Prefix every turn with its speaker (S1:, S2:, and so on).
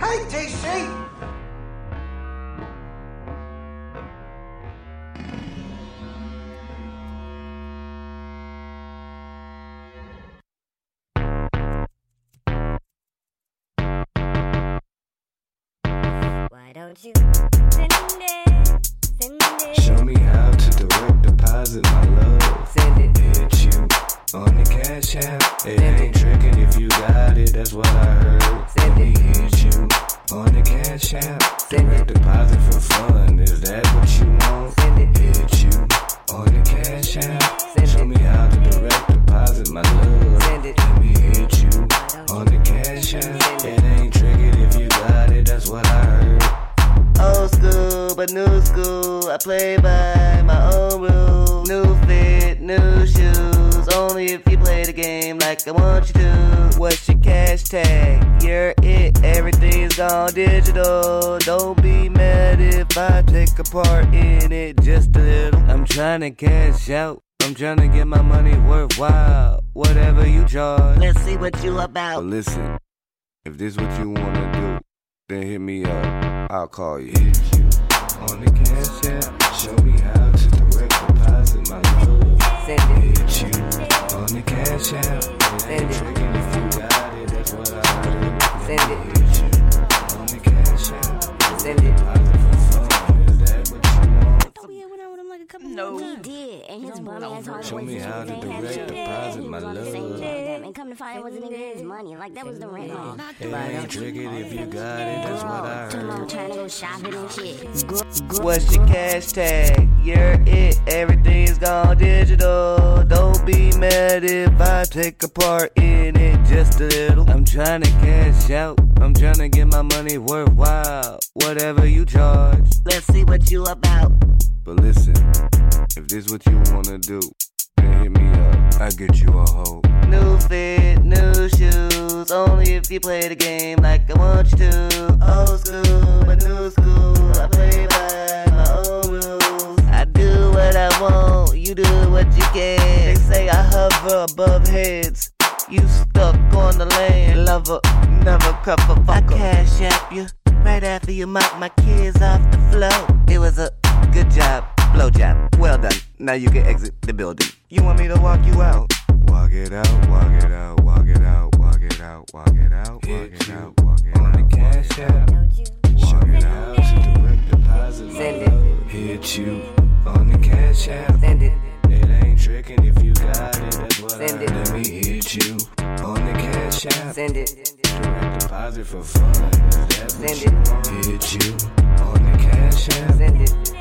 S1: DC.
S2: Why don't you send it? Send it.
S3: Show me how to direct deposit my love.
S4: Send it.
S3: Hit you on the cash app. It ain't tricking if you got it, that's what I heard. Let
S4: Send
S3: me
S4: it.
S3: hit you on the cash app.
S4: Send
S3: Direct
S4: it.
S3: deposit for fun, is that what you want?
S4: Send it.
S3: Hit you on the cash app.
S4: Send
S3: Show
S4: it.
S3: me how to direct deposit my love.
S4: Send it.
S3: Let me hit you on the cash app. It ain't tricking if you got it, that's what I heard.
S4: Old school, but new school. I play by my own rules. New fit, new shoes. Only if you play the game like I want you to. What's your cash tag? You're it. Everything's gone digital. Don't be mad if I take a part in it just a little. I'm trying to cash out. I'm trying to get my money worthwhile. Whatever you charge. Let's see what you
S3: But
S4: about.
S3: listen, if this what you wanna do, then hit me up. I'll call you. Hit you on the cash app. Show me how to direct deposit my love.
S4: Send it.
S3: Hit you on the cash app. It ain't tricking if you got it. That's what I heard.
S4: Send it.
S3: Hit you on the cash app.
S4: Send it.
S3: Deposit for fun. Is that what you want?
S2: Oh yeah, when I with him like a couple no. times. He did, and his bum ass hard
S3: Show me how to direct deposit my love.
S2: And come to find it wasn't even his money. Like that was the rent money.
S3: It ain't tricking if you got it. That's what I
S2: Talking about
S3: heard.
S2: trying to go shopping and shit.
S4: What's your cash tag? You're it. Everything's gone digital. Don't be mad if I take a part in it just a little. I'm trying to cash out. I'm trying to get my money worthwhile. Whatever you charge. Let's see what you about.
S3: But listen, if this what you wanna do, then hit me up. I get you a hoe.
S4: New fit, new shoes. Only if you play the game like I want you to. Old school, but new school. I play by my own rules. I do what I want, you do what you can. They say I hover above heads. You stuck on the land, lover, never cup a fucker. I cash app you right after you mop my kids off the floor. It was a good job, blow job. Well done. Now you can exit the building. You want me to walk you out?
S3: Walk it out, walk it out, walk it out, walk it out, walk it out, walk it out, walk it out. On the cash app,
S2: Don't you?
S3: walk it out to direct deposit.
S4: Send
S3: it. Hit you on the cash app.
S4: Send it.
S3: It ain't tricking if you got it. That's what
S4: Send
S3: I
S4: it.
S3: Let me hit you on the cash app.
S4: Send it.
S3: Direct deposit for fun. Is that what
S4: Send
S3: you want? Hit you on the cash app.
S4: Send it.